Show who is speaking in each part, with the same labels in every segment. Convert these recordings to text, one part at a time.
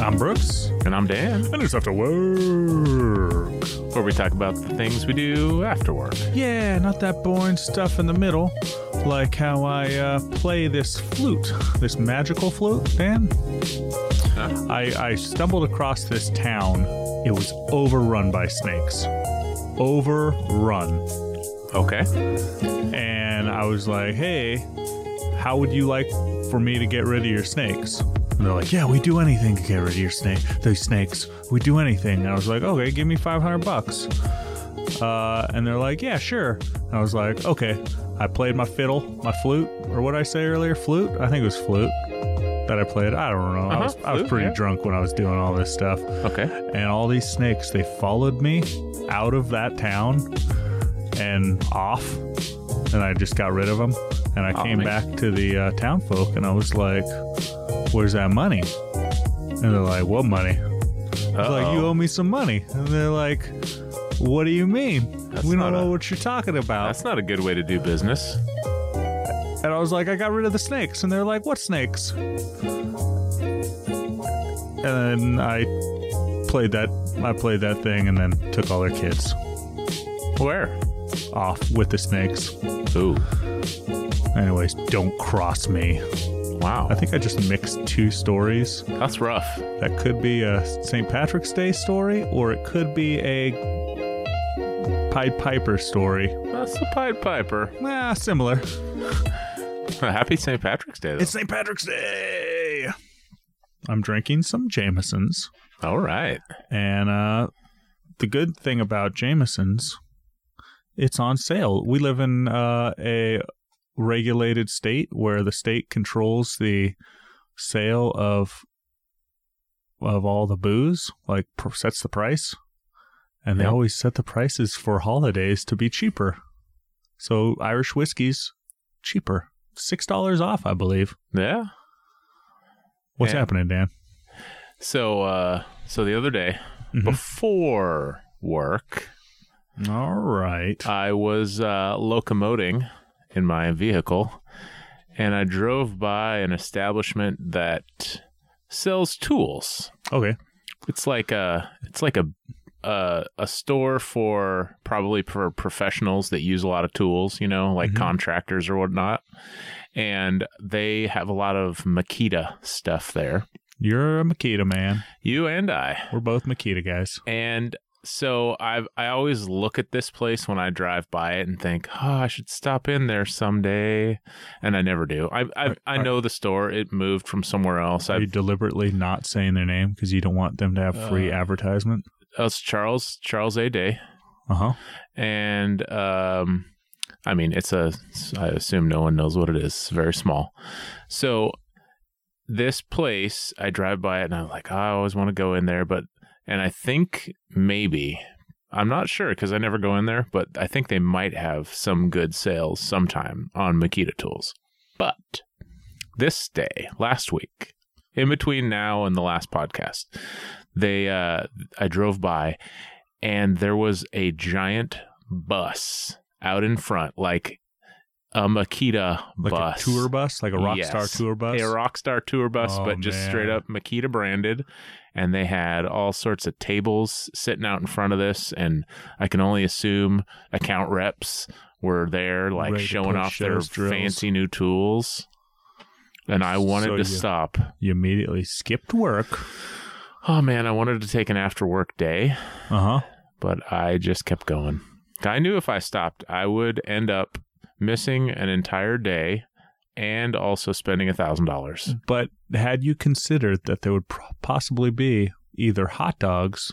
Speaker 1: I'm Brooks.
Speaker 2: And I'm Dan,
Speaker 1: I just have to work.
Speaker 2: where we talk about the things we do after work.
Speaker 1: Yeah, not that boring stuff in the middle, like how I uh, play this flute, this magical flute, Dan.
Speaker 2: Huh?
Speaker 1: I, I stumbled across this town. It was overrun by snakes. Overrun.
Speaker 2: Okay.
Speaker 1: and I was like, "Hey, how would you like for me to get rid of your snakes?" And they're like, "Yeah, we do anything to get rid of your snake. Those snakes, we do anything." And I was like, "Okay, give me five hundred bucks." Uh, and they're like, "Yeah, sure." And I was like, "Okay." I played my fiddle, my flute, or what I say earlier, flute. I think it was flute that I played. I don't know. I
Speaker 2: Uh-huh,
Speaker 1: was I was
Speaker 2: flute,
Speaker 1: pretty
Speaker 2: yeah.
Speaker 1: drunk when I was doing all this stuff
Speaker 2: Okay.
Speaker 1: and all these snakes they followed me out of that town and off and i just got rid of them and i
Speaker 2: Oh,
Speaker 1: came
Speaker 2: man.
Speaker 1: back to the uh, town folk and i was like where's that money and they're like what money I was like you owe me some money and they're like what do you mean
Speaker 2: That's
Speaker 1: we
Speaker 2: not
Speaker 1: don't know
Speaker 2: a-
Speaker 1: what you're talking about
Speaker 2: That's not a good way to do business.
Speaker 1: and I was like, I got rid of the snakes. And they're like, what snakes? And then I played that. I played that thing and then took all their kids
Speaker 2: Where?
Speaker 1: off with the snakes.
Speaker 2: Ooh.
Speaker 1: Anyways, don't cross me. I
Speaker 2: Wow.
Speaker 1: think I just mixed two stories.
Speaker 2: That's rough.
Speaker 1: That could be a St. Patrick's Day story, or it could be a Pied Piper story.
Speaker 2: That's the Pied Piper.
Speaker 1: Ah, similar.
Speaker 2: Happy St. Patrick's Day, though.
Speaker 1: It's St. Patrick's Day. I'm drinking some Jamesons.
Speaker 2: All right.
Speaker 1: And uh, the good thing about Jameson's, it's on sale. We live in uh, a regulated state where the state controls the sale of of all the booze, like pr- sets the price, and they
Speaker 2: Yep.
Speaker 1: always set the prices for holidays to be cheaper. So Irish whiskey's cheaper, six dollars off, I believe.
Speaker 2: Yeah.
Speaker 1: What's
Speaker 2: Yeah.
Speaker 1: happening, Dan?
Speaker 2: So, uh, so the other day,
Speaker 1: Mhm.
Speaker 2: before work,
Speaker 1: All right.
Speaker 2: I was uh, locomoting in my vehicle and I drove by an establishment that sells tools.
Speaker 1: Okay.
Speaker 2: It's like a it's like a a, a store for probably for professionals that use a lot of tools, you know, like
Speaker 1: Mhm.
Speaker 2: contractors or whatnot. And they have a lot of Makita stuff there.
Speaker 1: You're a Makita man.
Speaker 2: You and I.
Speaker 1: We're both Makita guys.
Speaker 2: And so I have I always look at this place when I drive by it and think, oh, I should stop in there someday, and I never do. I I,
Speaker 1: Are-
Speaker 2: I
Speaker 1: are-
Speaker 2: know the store; it moved from somewhere else.
Speaker 1: Are you
Speaker 2: I
Speaker 1: deliberately not saying their name because you don't want them to have free
Speaker 2: Uh,
Speaker 1: advertisement?
Speaker 2: it's Charles Charles A Day,
Speaker 1: Uh huh.
Speaker 2: and um, I mean it's a I assume no one knows what it is. It's very small, so this place I drive by it and I'm like, oh, I always want to go in there, but and I think maybe I'm not sure because I never go in there, but I think they might have some good sales sometime on Makita tools. But this day, last week, in between now and the last podcast, they uh, I drove by and there was a giant bus out in front, like a Makita
Speaker 1: Like
Speaker 2: bus,
Speaker 1: a tour bus, like a rock star
Speaker 2: Yes.
Speaker 1: tour bus.
Speaker 2: a Rockstar tour bus,
Speaker 1: Oh,
Speaker 2: but just
Speaker 1: man.
Speaker 2: straight up Makita branded. And they had all sorts of tables sitting out in front of this. And I can only assume account reps were there, like
Speaker 1: Ready to
Speaker 2: showing
Speaker 1: push
Speaker 2: off their
Speaker 1: shows, drills.
Speaker 2: fancy new tools. And I wanted
Speaker 1: So
Speaker 2: to
Speaker 1: you-
Speaker 2: stop.
Speaker 1: you immediately skipped work.
Speaker 2: Oh, man, I wanted to take an after work day,
Speaker 1: Uh huh.
Speaker 2: but I just kept going. I knew if I stopped, I would end up missing an entire day and also spending a $1,000.
Speaker 1: But had you considered that there would pro- possibly be either hot dogs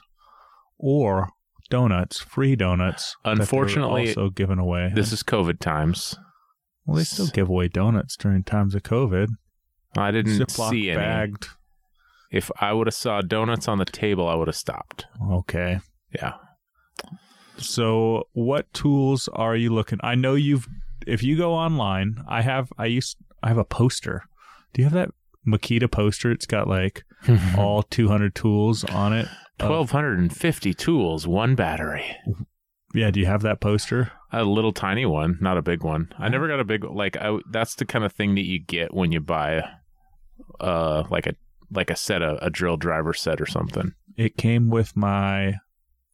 Speaker 1: or donuts, free donuts, that they were
Speaker 2: Unfortunately,
Speaker 1: also given away.
Speaker 2: This is COVID times.
Speaker 1: well, they still give away donuts during times of COVID.
Speaker 2: I didn't
Speaker 1: Ziploc
Speaker 2: see any.
Speaker 1: bagged.
Speaker 2: If I would have saw donuts on the table, I would have stopped.
Speaker 1: Okay.
Speaker 2: Yeah.
Speaker 1: So, what tools are you looking? I know you've. If you go online, I have. I used. I have a poster. Do you have that Makita poster? It's got like
Speaker 2: Oh,
Speaker 1: all 200 tools on it. Uh, of-
Speaker 2: 1250 tools, one battery.
Speaker 1: yeah. Do you have that poster?
Speaker 2: A little tiny one, not a big one. I never got a big like I that's the kind of thing that you get when you buy uh like a like a set, a, a drill driver set or something.
Speaker 1: It came with my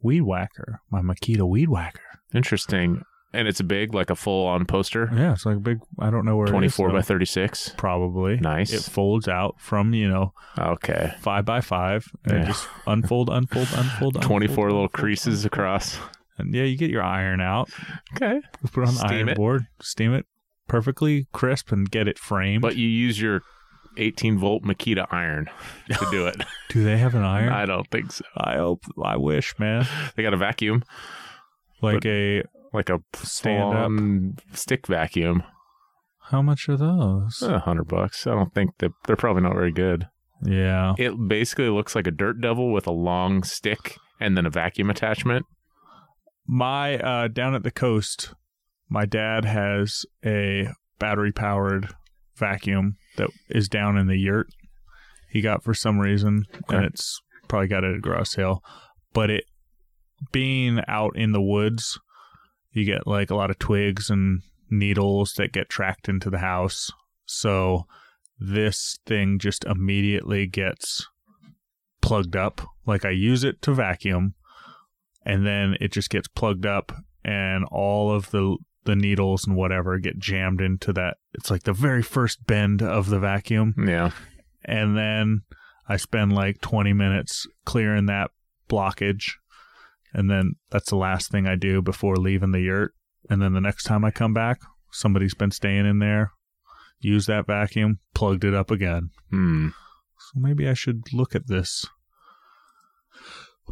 Speaker 1: weed whacker, my Makita weed whacker.
Speaker 2: Interesting. And it's big, like a full on poster,
Speaker 1: Yeah, it's like a big. I don't know where. it is,
Speaker 2: 24 by
Speaker 1: though.
Speaker 2: 36.
Speaker 1: Probably.
Speaker 2: Nice.
Speaker 1: It folds out from you know
Speaker 2: Okay.
Speaker 1: five by five and
Speaker 2: Yeah.
Speaker 1: just unfold, unfold, unfold. unfold,
Speaker 2: 24 little
Speaker 1: unfold.
Speaker 2: creases across.
Speaker 1: And yeah, you get your iron out.
Speaker 2: Okay.
Speaker 1: Put it on the
Speaker 2: Steam
Speaker 1: iron
Speaker 2: it.
Speaker 1: board, steam it perfectly crisp, and get it framed.
Speaker 2: But you use your 18 volt Makita iron to do it.
Speaker 1: Do they have an iron?
Speaker 2: I don't think so.
Speaker 1: I hope. I wish, man.
Speaker 2: They got a vacuum,
Speaker 1: Like a.
Speaker 2: like a
Speaker 1: Stand up.
Speaker 2: full-on stick vacuum.
Speaker 1: How much are those?
Speaker 2: A hundred bucks. I don't think that they're probably not very good.
Speaker 1: Yeah.
Speaker 2: It basically looks like a dirt devil with a long stick and then a vacuum attachment.
Speaker 1: my uh down at the coast my dad has a battery powered vacuum that is down in the yurt he got for some reason and
Speaker 2: Okay.
Speaker 1: it's probably got it at a garage sale but it being out in the woods you get like a lot of twigs and needles that get tracked into the house so this thing just immediately gets plugged up like i use it to vacuum and then it just gets plugged up and all of the the needles and whatever get jammed into that it's like the very first bend of the vacuum
Speaker 2: Yeah.
Speaker 1: and then i spend like 20 minutes clearing that blockage and then that's the last thing i do before leaving the yurt and then the next time i come back somebody's been staying in there used that vacuum plugged it up again
Speaker 2: Hmm.
Speaker 1: so maybe i should look at this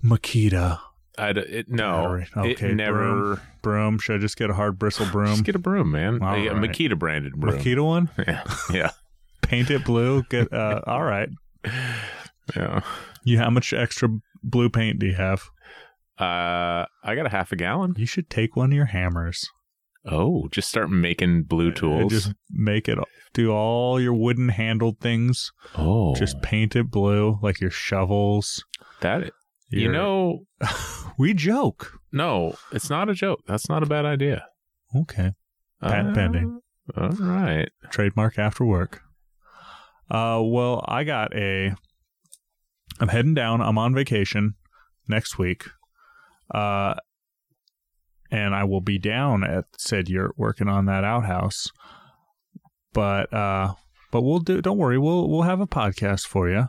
Speaker 1: makita
Speaker 2: I d- it, no.
Speaker 1: Battery. Okay,
Speaker 2: Oh, it never.
Speaker 1: broom should i just get a hard bristle broom
Speaker 2: Just get a broom, man.
Speaker 1: All
Speaker 2: a, a
Speaker 1: right.
Speaker 2: Makita branded broom.
Speaker 1: Makita one,
Speaker 2: Yeah. Yeah.
Speaker 1: paint it blue. Get uh, all right.
Speaker 2: Yeah.
Speaker 1: You, how much extra blue paint do you have?
Speaker 2: Uh, I got a half a gallon.
Speaker 1: You should take one of your hammers.
Speaker 2: Oh, just start making blue
Speaker 1: And
Speaker 2: tools.
Speaker 1: just make it. Do all your wooden handled things.
Speaker 2: oh,
Speaker 1: Just paint it blue, like your shovels.
Speaker 2: that. You
Speaker 1: your-
Speaker 2: know,
Speaker 1: we joke.
Speaker 2: no, it's not a joke. That's not a bad idea. Uh,
Speaker 1: Okay, Patent pending.
Speaker 2: All right.
Speaker 1: trademark after work. Uh, well, I got a. I'm heading down. I'm on vacation next week. Uh, and I will be down at said yurt working on that outhouse. But uh, but we'll do. Don't worry. We'll we'll have a podcast for you, and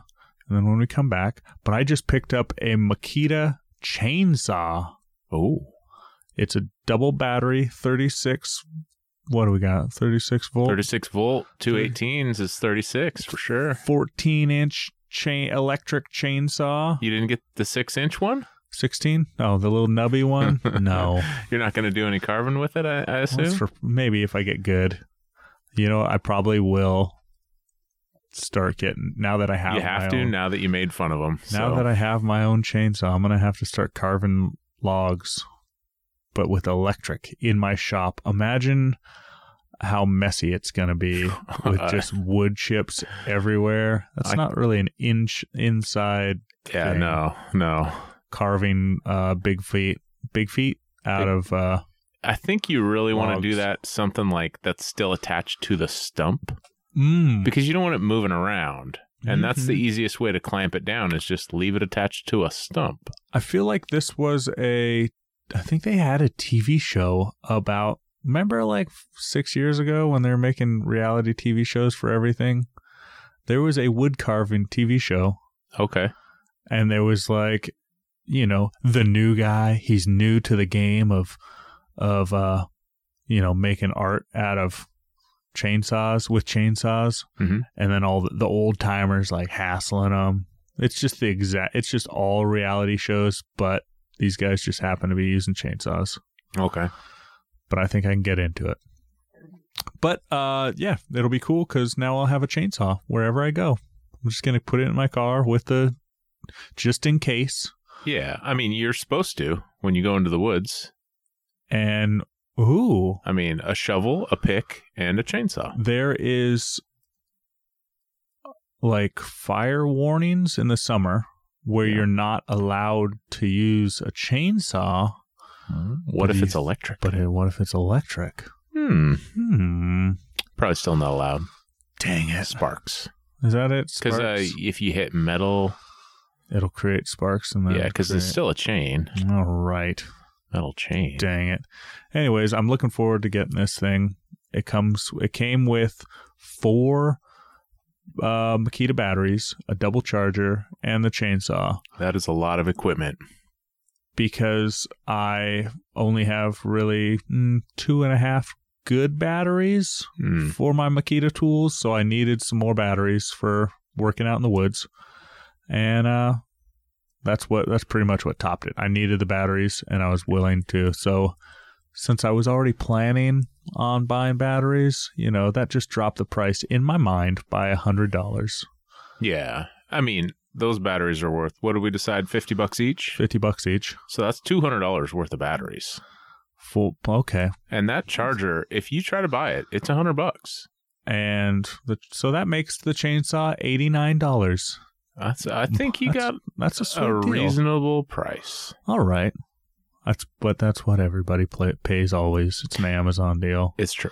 Speaker 1: then when we come back. But I just picked up a Makita chainsaw.
Speaker 2: Oh,
Speaker 1: It's a double battery, 36. What do we got? 36 volt.
Speaker 2: 36 volt, 218s is 36 for sure.
Speaker 1: 14 inch chain electric chainsaw.
Speaker 2: You didn't get the six inch one?
Speaker 1: 16? Oh, the little nubby one? no.
Speaker 2: You're not going to do any carving with it, I, I assume?
Speaker 1: That's for maybe if I get good. You know, I probably will start getting now that I have
Speaker 2: you
Speaker 1: my
Speaker 2: have to
Speaker 1: own-
Speaker 2: now that you made fun of them.
Speaker 1: now that I have my own chainsaw, I'm going to have to start carving logs but with electric in my shop. Imagine how messy it's going to be with just wood chips everywhere. That's
Speaker 2: I-
Speaker 1: not really an inch inside
Speaker 2: yeah,
Speaker 1: thing.
Speaker 2: no, no.
Speaker 1: carving uh big feet big feet out
Speaker 2: Big-
Speaker 1: of uh
Speaker 2: I think you really want to do
Speaker 1: Logs.
Speaker 2: that something like that's still attached to the stump
Speaker 1: mm,
Speaker 2: because you don't want it moving around. And that's the
Speaker 1: Mhm.
Speaker 2: easiest way to clamp it down is just leave it attached to a stump.
Speaker 1: I feel like this was a I think they had a TV show about remember like 6 years ago when they were making reality TV shows for everything there was a wood carving TV show
Speaker 2: Okay.
Speaker 1: and there was like you know the new guy he's new to the game of of uh you know making art out of chainsaws with chainsaws
Speaker 2: Mhm.
Speaker 1: and then all the, the old timers like hassling them it's just the exact it's just all reality shows but these guys just happen to be using chainsaws
Speaker 2: Okay.
Speaker 1: but i think i can get into it but uh yeah it'll be cool because now i'll have a chainsaw wherever i go i'm just gonna put it in my car with the just in case
Speaker 2: Yeah. I mean, you're supposed to when you go into the woods.
Speaker 1: and ooh,
Speaker 2: I mean, a shovel, a pick, and a chainsaw.
Speaker 1: there is like fire warnings in the summer where
Speaker 2: Yeah.
Speaker 1: you're not allowed to use a chainsaw.
Speaker 2: What
Speaker 1: Hmm, But
Speaker 2: if
Speaker 1: you-
Speaker 2: it's electric?
Speaker 1: But uh, what if it's electric?
Speaker 2: hmm.
Speaker 1: Hmm.
Speaker 2: Probably still not allowed.
Speaker 1: Dang it.
Speaker 2: Sparks.
Speaker 1: Is that it?
Speaker 2: Because uh,
Speaker 1: Sparks?
Speaker 2: if you hit metal,
Speaker 1: It'll create sparks and
Speaker 2: yeah,
Speaker 1: then
Speaker 2: 'cause yeah, because it's still a chain,
Speaker 1: create- all right.
Speaker 2: metal chain.
Speaker 1: Dang it. Anyways, I'm looking forward to getting this thing. It comes it came with four uh, Makita batteries, a double charger, and the chainsaw
Speaker 2: That is a lot of equipment.
Speaker 1: because I only have really mm, two and a half good batteries
Speaker 2: Hmm.
Speaker 1: for my Makita tools, so I needed some more batteries for working out in the woods. And uh that's what that's pretty much what topped it. I needed the batteries and I was willing to. So since I was already planning on buying batteries, you know, that just dropped the price in my mind by a hundred dollars.
Speaker 2: Yeah, I mean those batteries are worth. What did we decide? Fifty bucks each.
Speaker 1: Fifty bucks each.
Speaker 2: So that's two hundred dollars worth of batteries.
Speaker 1: Full okay.
Speaker 2: And that charger, if you try to buy it, it's a hundred bucks.
Speaker 1: And the, so that makes the chainsaw eighty nine dollars.
Speaker 2: That's, I think you
Speaker 1: That's
Speaker 2: got
Speaker 1: That's a sweet
Speaker 2: a
Speaker 1: deal.
Speaker 2: reasonable price.
Speaker 1: All right. That's but that's what everybody play, pays always. It's an Amazon deal.
Speaker 2: It's true.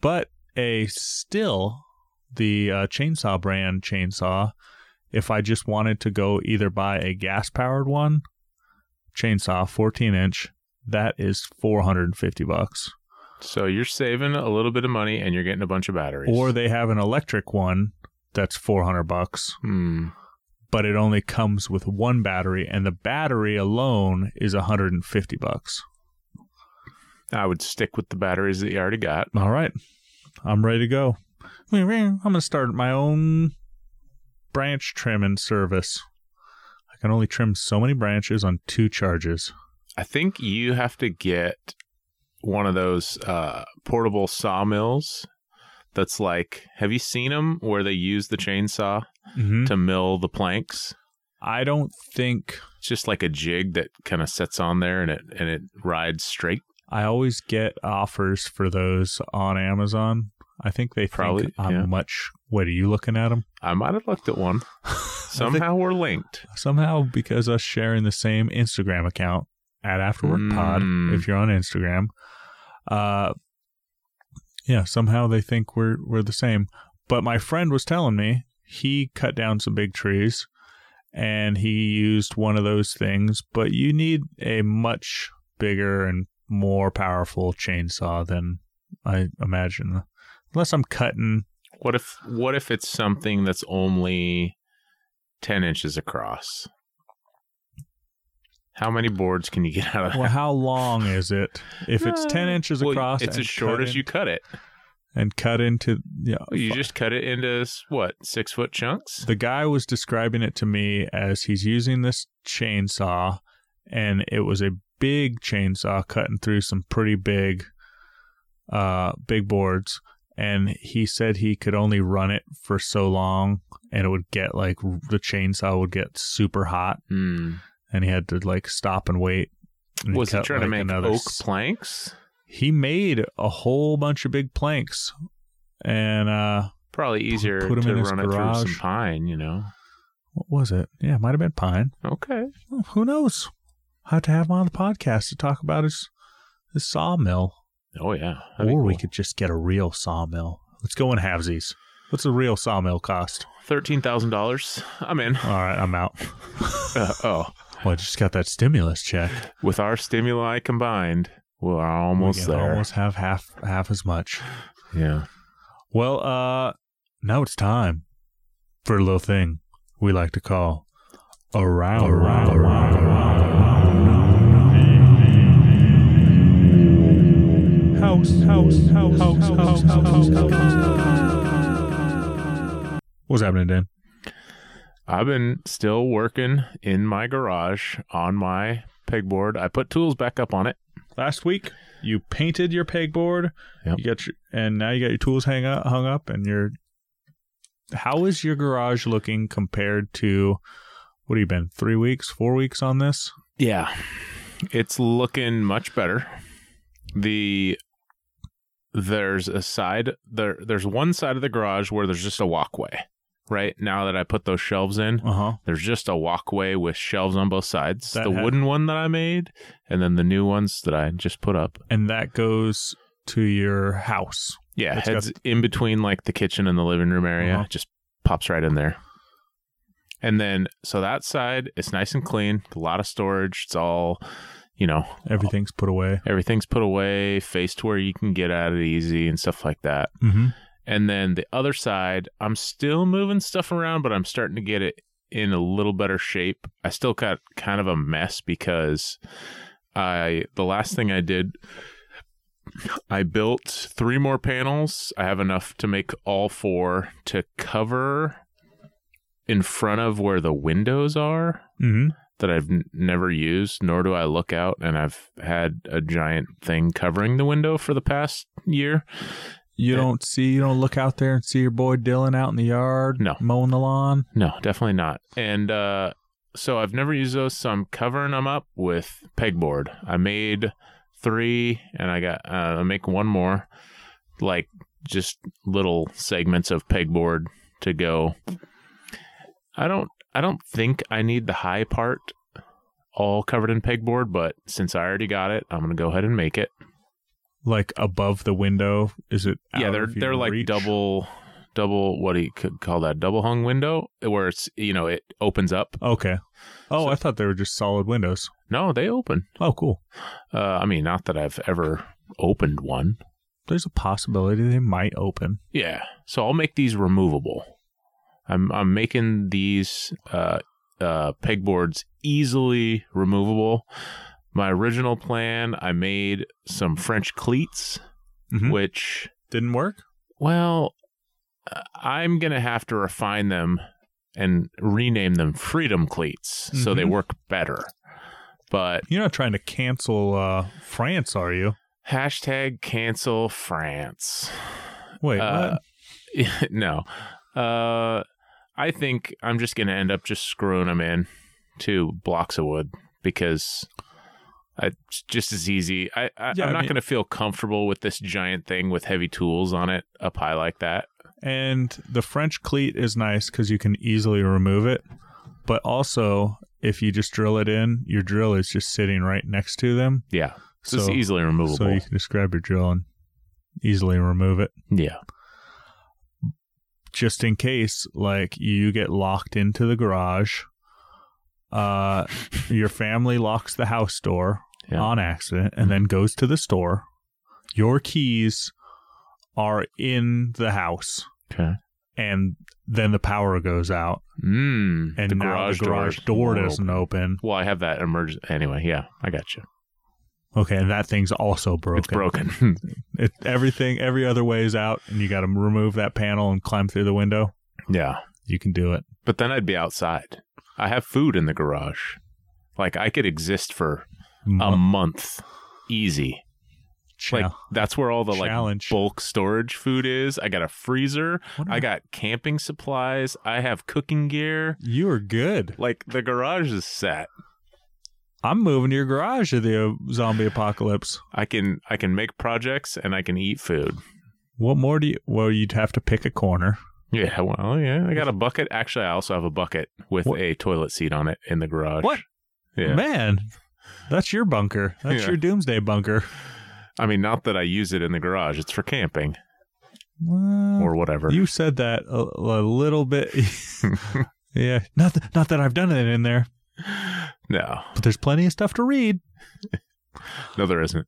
Speaker 1: But a still the uh, chainsaw brand chainsaw if I just wanted to go either buy a gas powered one chainsaw 14 inch that is 450 bucks
Speaker 2: So you're saving a little bit of money and you're getting a bunch of batteries.
Speaker 1: or they have an electric one that's 400 bucks
Speaker 2: Hmm.
Speaker 1: but it only comes with one battery and the battery alone is 150 bucks
Speaker 2: I would stick with the batteries that you already got.
Speaker 1: All right. I'm ready to go. I'm going to start my own branch trimming service. I can only trim so many branches on two charges.
Speaker 2: I think you have to get one of those uh, portable sawmills. That's like, have you seen them where they use the chainsaw
Speaker 1: Mm-hmm.
Speaker 2: to mill the planks?
Speaker 1: I don't think
Speaker 2: It's just like a jig that kind of sits on there and it and it rides straight.
Speaker 1: I always get offers for those on Amazon. I think they
Speaker 2: Probably,
Speaker 1: think I'm
Speaker 2: yeah.
Speaker 1: much. What are you looking at them?
Speaker 2: I might have looked at one. Somehow we're linked.
Speaker 1: Somehow, because us sharing the same Instagram account at Afterwork Pod,
Speaker 2: Mm.
Speaker 1: if you're on Instagram, uh, yeah, somehow they think we're we're the same. But my friend was telling me he cut down some big trees, and he used one of those things. But you need a much bigger and more powerful chainsaw than I imagine. Unless I'm cutting,
Speaker 2: What if what if it's something that's only ten inches across? How many boards can you get out of that?
Speaker 1: well, how long is it? If it's ten inches
Speaker 2: Uh, Well,
Speaker 1: across,
Speaker 2: it's
Speaker 1: and
Speaker 2: as short
Speaker 1: cut Oh,
Speaker 2: as you cut it.
Speaker 1: and cut into yeah.
Speaker 2: You just cut it into s- what six foot chunks.
Speaker 1: The guy was describing it to me as he's using this chainsaw, and it was a big chainsaw cutting through some pretty big, uh, big boards. And he said he could only run it for so long, and it would get like the chainsaw would get super hot,
Speaker 2: Hmm.
Speaker 1: and he had to like stop and wait. And
Speaker 2: Was he
Speaker 1: cut,
Speaker 2: trying to
Speaker 1: like,
Speaker 2: make
Speaker 1: another
Speaker 2: oak
Speaker 1: s-
Speaker 2: planks?
Speaker 1: he made a whole bunch of big planks, and uh,
Speaker 2: Probably easier
Speaker 1: put 'em
Speaker 2: to
Speaker 1: in his
Speaker 2: run it through
Speaker 1: garage.
Speaker 2: some pine, you know.
Speaker 1: what was it? Yeah, it might have been pine.
Speaker 2: Okay,
Speaker 1: Well, who knows? I'll have to have him on the podcast to talk about his his sawmill,
Speaker 2: oh yeah,
Speaker 1: or
Speaker 2: That'd be
Speaker 1: we
Speaker 2: cool.
Speaker 1: could just get a real sawmill. Let's go in halvesies. What's a real sawmill cost?
Speaker 2: thirteen thousand dollars. I'm in.
Speaker 1: All right, I'm out.
Speaker 2: Uh, oh,
Speaker 1: Well, I just got that stimulus check.
Speaker 2: with our stimuli combined, we're
Speaker 1: We
Speaker 2: almost
Speaker 1: can
Speaker 2: there.
Speaker 1: Almost have half half as much.
Speaker 2: Yeah.
Speaker 1: Well, uh, now it's time for a little thing we like to call around. around, House, house, house, house, house, house, house, house. What's happening, Dan?
Speaker 2: I've been still working in my garage on my pegboard. I put tools back up on it.
Speaker 1: Last week you painted your pegboard.
Speaker 2: Yep.
Speaker 1: You got your, and now you got your tools hang up, hung up, and your. How is your garage looking compared to? What have you been three weeks, four weeks on this?
Speaker 2: Yeah. It's looking much better. The there's a side there there's one side of the garage where there's just a walkway. Right? Now that I put those shelves in,
Speaker 1: Uh huh.
Speaker 2: there's just a walkway with shelves on both sides.
Speaker 1: That
Speaker 2: the
Speaker 1: ha-
Speaker 2: wooden one that I made and then the new ones that I just put up.
Speaker 1: And that goes to your house.
Speaker 2: Yeah,
Speaker 1: It's
Speaker 2: heads in between like the kitchen and the living room area.
Speaker 1: Uh-huh.
Speaker 2: Just pops right in there. And then, so that side, it's nice and clean, a lot of storage. It's all, you know,
Speaker 1: Everything's put away.
Speaker 2: everything's put away, face to where you can get at it easy and stuff like that.
Speaker 1: Mm-hmm.
Speaker 2: And then the other side, I'm still moving stuff around, but I'm starting to get it in a little better shape. I still got kind of a mess because I the last thing I did I built three more panels. I have enough to make all four to cover in front of where the windows are
Speaker 1: Mm-hmm.
Speaker 2: that I've n- never used, nor do I look out. And I've had a giant thing covering the window for the past year.
Speaker 1: You
Speaker 2: Yeah.
Speaker 1: don't see, you don't look out there and see your boy Dylan out in the yard,
Speaker 2: No.
Speaker 1: mowing the lawn.
Speaker 2: No, definitely not. And uh, so I've never used those, so I'm covering them up with pegboard. I made three, and I got uh, I make one more, like just little segments of pegboard to go. I don't I don't think I need the high part all covered in pegboard, but since I already got it, I'm gonna go ahead and make it.
Speaker 1: Like above the window, is it?
Speaker 2: yeah
Speaker 1: out
Speaker 2: they're
Speaker 1: of your
Speaker 2: they're like
Speaker 1: reach?
Speaker 2: double double what do you c- call that double hung window where it's you know it opens up
Speaker 1: Okay. Oh,
Speaker 2: So-
Speaker 1: I thought they were just solid windows.
Speaker 2: no they open
Speaker 1: Oh, cool.
Speaker 2: uh i mean not that i've ever opened one
Speaker 1: There's a possibility they might open.
Speaker 2: yeah so i'll make these removable i'm i'm making these uh uh pegboards easily removable my original plan i made some french cleats
Speaker 1: Mhm.
Speaker 2: which
Speaker 1: Didn't work?
Speaker 2: Well, uh, I'm going to have to refine them and rename them freedom cleats so they
Speaker 1: Mhm.
Speaker 2: work better. But
Speaker 1: You're not trying to cancel uh, France, are you?
Speaker 2: hashtag cancel France.
Speaker 1: Wait,
Speaker 2: Uh,
Speaker 1: what?
Speaker 2: no. Uh, I think I'm just going to end up just screwing them in to blocks of wood because I, it's just as easy. I, I,
Speaker 1: Yeah,
Speaker 2: I'm
Speaker 1: I
Speaker 2: not
Speaker 1: mean-
Speaker 2: going to feel comfortable with this giant thing with heavy tools on it up high like that.
Speaker 1: And the French cleat is nice because you can easily remove it. But also, if you just drill it in, your drill is just sitting right next to them.
Speaker 2: Yeah. So, it's easily removable.
Speaker 1: So you can just grab your drill and easily remove it.
Speaker 2: yeah.
Speaker 1: Just in case, like you get locked into the garage, uh, your family locks the house door
Speaker 2: Yeah.
Speaker 1: on accident and then goes to the store. Your keys are in the house,
Speaker 2: Okay.
Speaker 1: and then the power goes out,
Speaker 2: Mm,
Speaker 1: and now the garage door,
Speaker 2: doors won't
Speaker 1: doesn't open.
Speaker 2: Well, I have that emergency. Anyway, yeah, I got you.
Speaker 1: Okay, and that thing's also broken.
Speaker 2: It's broken.
Speaker 1: It, everything, every other way is out, and you got to remove that panel and climb through the window.
Speaker 2: yeah.
Speaker 1: You can do it.
Speaker 2: But then I'd be outside. I have food in the garage. Like, I could exist for a month easy. Um, Like,
Speaker 1: Yeah.
Speaker 2: that's where all the
Speaker 1: Challenge.
Speaker 2: like bulk storage food is. I got a freezer.
Speaker 1: What
Speaker 2: I
Speaker 1: a-
Speaker 2: got camping supplies. I have cooking gear.
Speaker 1: You are good.
Speaker 2: Like, the garage is set.
Speaker 1: I'm moving to your garage of the uh, zombie apocalypse.
Speaker 2: I can I can make projects and I can eat food.
Speaker 1: What more do you? Well, you'd have to pick a corner.
Speaker 2: Yeah, well, yeah. I got a bucket. Actually, I also have a bucket with
Speaker 1: What?
Speaker 2: a toilet seat on it in the garage.
Speaker 1: What?
Speaker 2: Yeah.
Speaker 1: Man, that's your bunker. That's
Speaker 2: Yeah.
Speaker 1: your doomsday bunker.
Speaker 2: I mean, not that I use it in the garage. It's for camping
Speaker 1: Well,
Speaker 2: or whatever.
Speaker 1: Mm. you said that a, a little bit. yeah, not th- not that I've done it in there,
Speaker 2: no,
Speaker 1: but there's plenty of stuff to read.
Speaker 2: no, there isn't.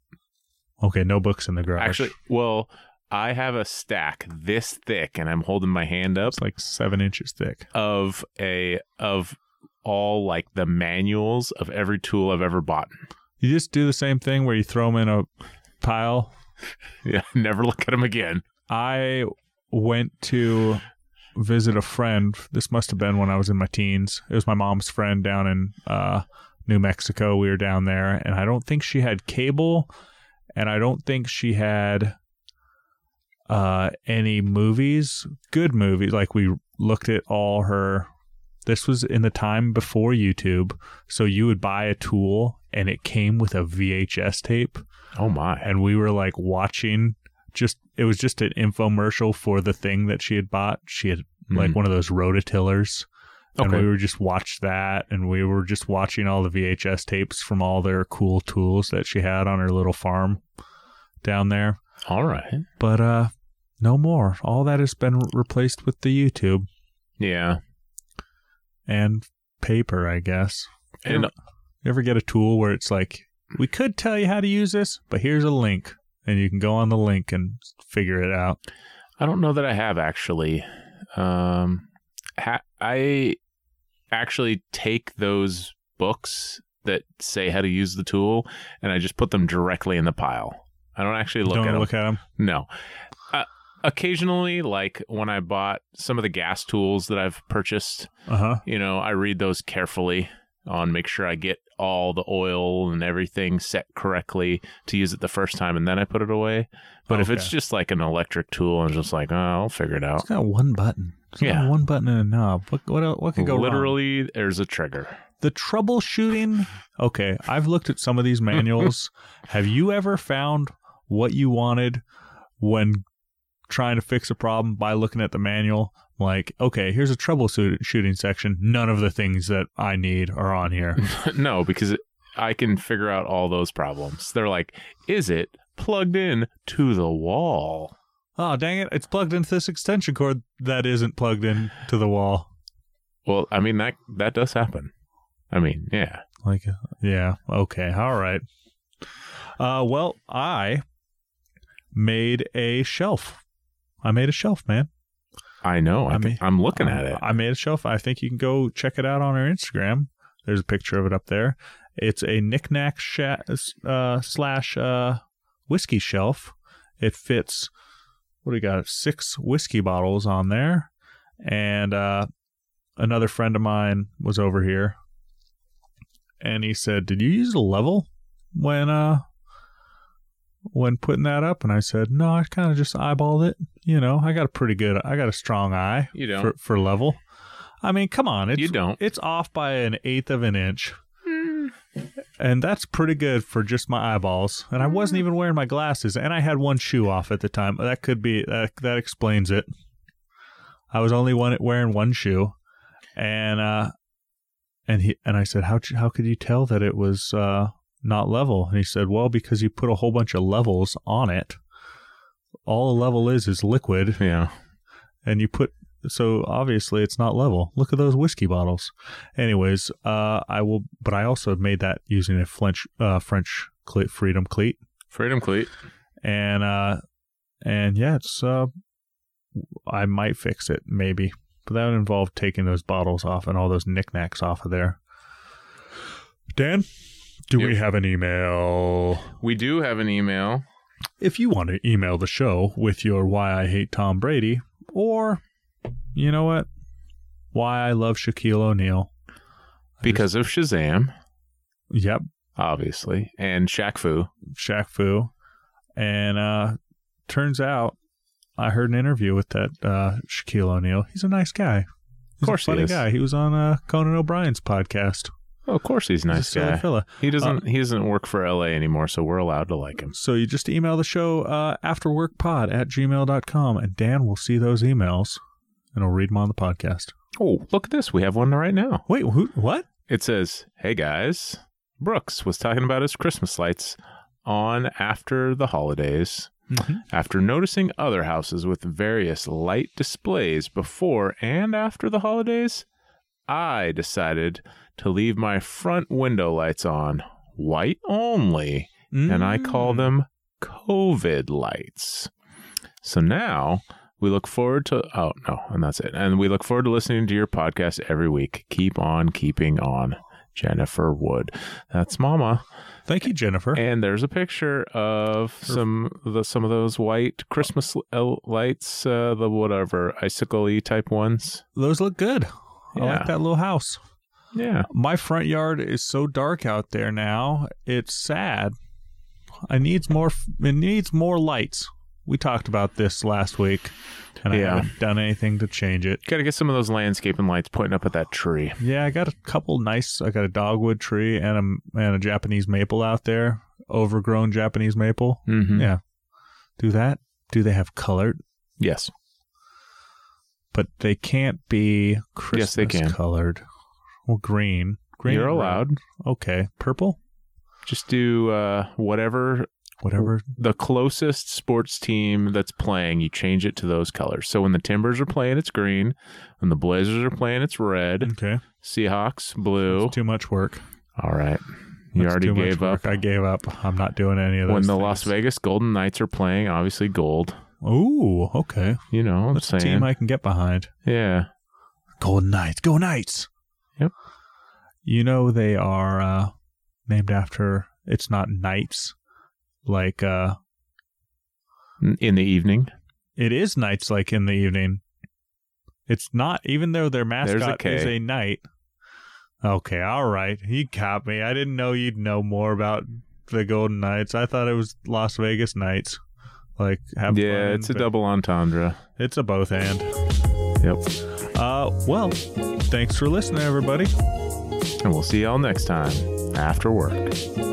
Speaker 1: Okay, no books in the garage.
Speaker 2: Actually, well, I have a stack this thick, and I'm holding my hand up
Speaker 1: it's like seven inches thick.
Speaker 2: of a of all like the manuals of every tool I've ever bought.
Speaker 1: You just do the same thing where you throw them in a pile
Speaker 2: Yeah, never look at them again.
Speaker 1: I went to visit a friend. This must have been when I was in my teens. It was my mom's friend down in uh, New Mexico. We were down there, and I don't think she had cable, and I don't think she had uh, any movies, good movies. Like we looked at all her. This was in the time before YouTube, so you would buy a tool and it came with a VHS tape
Speaker 2: Oh my!
Speaker 1: and we were like watching just it was just an infomercial for the thing that she had bought she had like
Speaker 2: Mhm.
Speaker 1: one of those rototillers and
Speaker 2: Okay.
Speaker 1: we were just watched that and we were just watching all the vhs tapes from all their cool tools that she had on her little farm down there
Speaker 2: All right.
Speaker 1: but uh no more all that has been replaced with the youtube
Speaker 2: Yeah.
Speaker 1: and paper, I guess.
Speaker 2: And
Speaker 1: You ever get a tool where it's like, we could tell you how to use this, but here's a link, and you can go on the link and figure it out.
Speaker 2: I don't know that I have actually. Um, ha- I actually take those books that say how to use the tool and I just put them directly in the pile. I don't actually look
Speaker 1: Don't
Speaker 2: at them.
Speaker 1: look at them.
Speaker 2: No. Uh, occasionally, like when I bought some of the gas tools that I've purchased,
Speaker 1: Uh huh.
Speaker 2: you know, I read those carefully on make sure I get all the oil and everything set correctly to use it the first time and then I put it away. But if it's
Speaker 1: Okay.
Speaker 2: just like an electric tool and just like, oh, I'll figure it out.
Speaker 1: It's got one button. It's
Speaker 2: Yeah.
Speaker 1: got one button and a knob. What what el- what could go wrong?
Speaker 2: Literally, there's a trigger.
Speaker 1: the troubleshooting okay i've looked at some of these manuals have you ever found what you wanted when trying to fix a problem by looking at the manual like okay here's a troubleshooting section none of the things that i need are on here
Speaker 2: no, because it, I can figure out all those problems. They're like, is it plugged in to the wall?
Speaker 1: oh dang it it's plugged into this extension cord that isn't plugged in to the wall
Speaker 2: Well, I mean that that does happen. I mean, yeah.
Speaker 1: Like, uh, yeah, okay, all right. Uh, well, I made a shelf. I made a shelf, man.
Speaker 2: I know.
Speaker 1: I
Speaker 2: I can-
Speaker 1: mean-
Speaker 2: I'm looking at it.
Speaker 1: Um, I made a shelf. I think you can go check it out on our Instagram. There's a picture of it up there. It's a knickknack sha- uh, slash uh, whiskey shelf. It fits. What do we got? Six whiskey bottles on there, and uh, another friend of mine was over here, and he said, "Did you use a level when uh when putting that up?" And I said, "No, I kind of just eyeballed it. You know, I got a pretty good, I got a strong eye
Speaker 2: you don't.
Speaker 1: for, for level. I mean, come on,
Speaker 2: you
Speaker 1: it's
Speaker 2: don't.
Speaker 1: it's off by an eighth of an inch, and that's pretty good for just my eyeballs. And I wasn't even wearing my glasses, and I had one shoe off at the time. That could be that that explains it. I was only one wearing one shoe, and uh, and he and I said, how how could you tell that it was uh not level? And he said, well, because you put a whole bunch of levels on it. All a level is is liquid,
Speaker 2: Yeah.
Speaker 1: and you put so obviously it's not level look at those whiskey bottles anyways uh i will but i also made that using a french uh french cleat, freedom cleat
Speaker 2: Freedom cleat.
Speaker 1: and uh and yeah it's uh i might fix it maybe but that would involve taking those bottles off and all those knickknacks off of there dan do we
Speaker 2: Yep.
Speaker 1: have an email
Speaker 2: We do have an email.
Speaker 1: if you want to email the show with your why I hate Tom Brady or you know what? Why I love Shaquille O'Neal.
Speaker 2: Because of Shazam,
Speaker 1: Yep,
Speaker 2: obviously, and Shaq Fu.
Speaker 1: Shaq Fu. And uh turns out I heard an interview with that uh Shaquille O'Neal. He's a nice guy. He's
Speaker 2: course
Speaker 1: a
Speaker 2: he
Speaker 1: funny
Speaker 2: is.
Speaker 1: guy. He was on uh, Conan O'Brien's podcast.
Speaker 2: Oh, of course, he's a nice
Speaker 1: He's a silly
Speaker 2: guy.
Speaker 1: fella.
Speaker 2: He
Speaker 1: uh,
Speaker 2: doesn't. he doesn't work for LA anymore, so we're allowed to like him.
Speaker 1: So you just email the show uh, afterworkpod at gmail.com and Dan will see those emails and he'll read them on the podcast.
Speaker 2: Oh, look at this. We have one right now.
Speaker 1: Wait, who, what?
Speaker 2: It says, "Hey guys, Brooks was talking about his Christmas lights on after the holidays." After noticing other houses with various light displays before and after the holidays, I decided to leave my front window lights on, white only, and I call them COVID lights. So now we look forward to, oh no, and that's it. And we look forward to listening to your podcast every week. Keep on keeping on. Jennifer Wood. That's Mama.
Speaker 1: Thank you, Jennifer.
Speaker 2: And there's a picture of some the, some of those white Christmas l- lights, uh, the whatever icicle type ones.
Speaker 1: Those look good. I
Speaker 2: Yeah.
Speaker 1: like that little house.
Speaker 2: Yeah,
Speaker 1: My front yard is so dark out there now. It's sad. I needs more. f- It needs more lights. We talked about this last week, and
Speaker 2: Yeah.
Speaker 1: I haven't done anything to change it.
Speaker 2: got to get some of those landscaping lights pointing up at that tree.
Speaker 1: Yeah, I got a couple nice. I got a dogwood tree and a and a Japanese maple out there, overgrown Japanese maple.
Speaker 2: Mm-hmm.
Speaker 1: Yeah. Do that. Do they have colored?
Speaker 2: Yes.
Speaker 1: But they can't be Christmas
Speaker 2: Yes, they can.
Speaker 1: colored. Well, green. Green.
Speaker 2: You're
Speaker 1: and red.
Speaker 2: allowed.
Speaker 1: Okay. Purple?
Speaker 2: Just do uh, whatever
Speaker 1: whatever.
Speaker 2: the closest sports team that's playing, you change it to those colors. So when the Timbers are playing, it's green. When the Blazers are playing, it's red.
Speaker 1: Okay,
Speaker 2: Seahawks, blue.
Speaker 1: Mm-hmm. too much work.
Speaker 2: All right. You
Speaker 1: That's
Speaker 2: already
Speaker 1: too much
Speaker 2: gave up.
Speaker 1: work. I gave up. I'm not doing any of those.
Speaker 2: When the
Speaker 1: things.
Speaker 2: Las Vegas Golden Knights are playing, obviously gold.
Speaker 1: Ooh, okay.
Speaker 2: You know what
Speaker 1: That's
Speaker 2: I'm
Speaker 1: a team
Speaker 2: saying?
Speaker 1: I can get behind.
Speaker 2: yeah.
Speaker 1: Golden Knights. Go Knights.
Speaker 2: Yep.
Speaker 1: You know they are uh, named after. It's not knights, like uh,
Speaker 2: N- In the evening,
Speaker 1: it is knights, like in the evening. It's not, even though their
Speaker 2: There's a
Speaker 1: mascot
Speaker 2: K.
Speaker 1: is a knight. Okay, all right. You caught me. I didn't know you'd know more about the Golden Knights. I thought it was Las Vegas Knights. Like, have
Speaker 2: yeah,
Speaker 1: fun,
Speaker 2: it's a
Speaker 1: but
Speaker 2: double entendre.
Speaker 1: It's a both and.
Speaker 2: Yep.
Speaker 1: Uh, well, thanks for listening, everybody.
Speaker 2: And we'll see y'all next time after work.